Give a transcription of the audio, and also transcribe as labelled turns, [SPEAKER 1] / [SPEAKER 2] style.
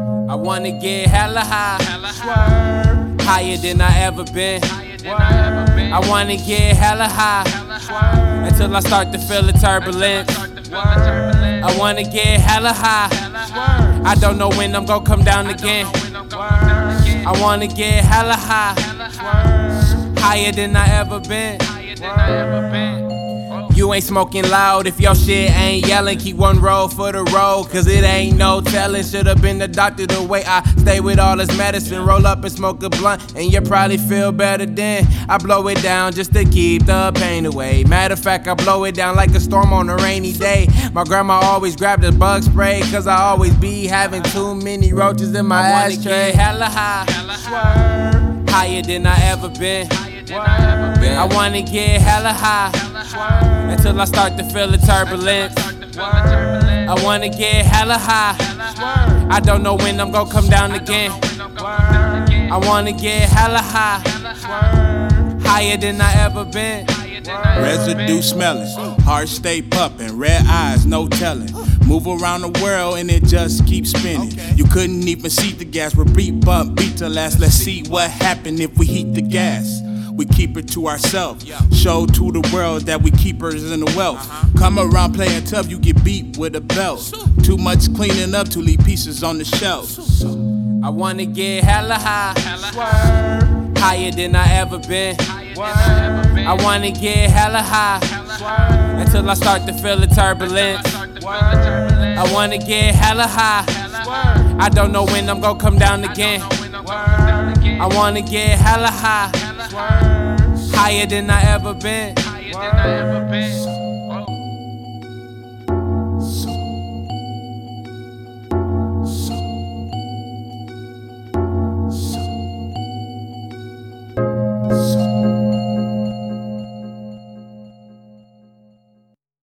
[SPEAKER 1] tryna get hella high,
[SPEAKER 2] Swerve.
[SPEAKER 1] higher than I ever been.
[SPEAKER 2] Swerve.
[SPEAKER 1] I wanna get hella high
[SPEAKER 2] Swerve.
[SPEAKER 1] until I start to feel the turbulence.
[SPEAKER 2] Swerve.
[SPEAKER 1] I wanna get hella high. I don't know when I'm gonna come down again.
[SPEAKER 2] Swerve.
[SPEAKER 1] I wanna get hella high,
[SPEAKER 2] Swerve.
[SPEAKER 1] higher than I ever been.
[SPEAKER 2] Swerve.
[SPEAKER 1] You ain't smoking loud if your shit ain't yelling. Keep one roll for the road, cause it ain't no telling. Should've been the doctor the way I stay with all this medicine. Roll up and smoke a blunt, and you probably feel better then. I blow it down just to keep the pain away. Matter of fact, I blow it down like a storm on a rainy day. My grandma always grabbed a bug spray, cause I always be having too many roaches in my
[SPEAKER 3] wanna
[SPEAKER 1] ashtray. Hella high,
[SPEAKER 2] Swerve.
[SPEAKER 1] higher than I ever been.
[SPEAKER 2] Swerve.
[SPEAKER 1] I wanna get hella high
[SPEAKER 2] Swerve.
[SPEAKER 1] until I start to feel the turbulence.
[SPEAKER 2] Swerve.
[SPEAKER 1] I wanna get hella high. I don't know when I'm gonna come down again. I wanna get hella high,
[SPEAKER 2] Swerve.
[SPEAKER 1] higher than I ever been.
[SPEAKER 3] Residue smelling, heart stay pumping, red eyes, no telling. Move around the world and it just keeps spinning. You couldn't even see the gas, we're beat bump, beat to last. Let's see what happen if we heat the gas. We keep it to ourselves. Show to the world that we keepers in the wealth.
[SPEAKER 1] Uh-huh.
[SPEAKER 3] Come around playing tough, you get beat with a belt. Too much cleaning up to leave pieces on the shelf.
[SPEAKER 1] I wanna get hella high,
[SPEAKER 2] Swerve.
[SPEAKER 1] higher than I ever been. I
[SPEAKER 2] Swerve.
[SPEAKER 1] wanna get hella high
[SPEAKER 2] Swerve.
[SPEAKER 1] until I start to feel the turbulence. I wanna get hella high. I don't know when I'm gonna come down again. I wanna get hella high, higher than I ever been.
[SPEAKER 2] Swerve.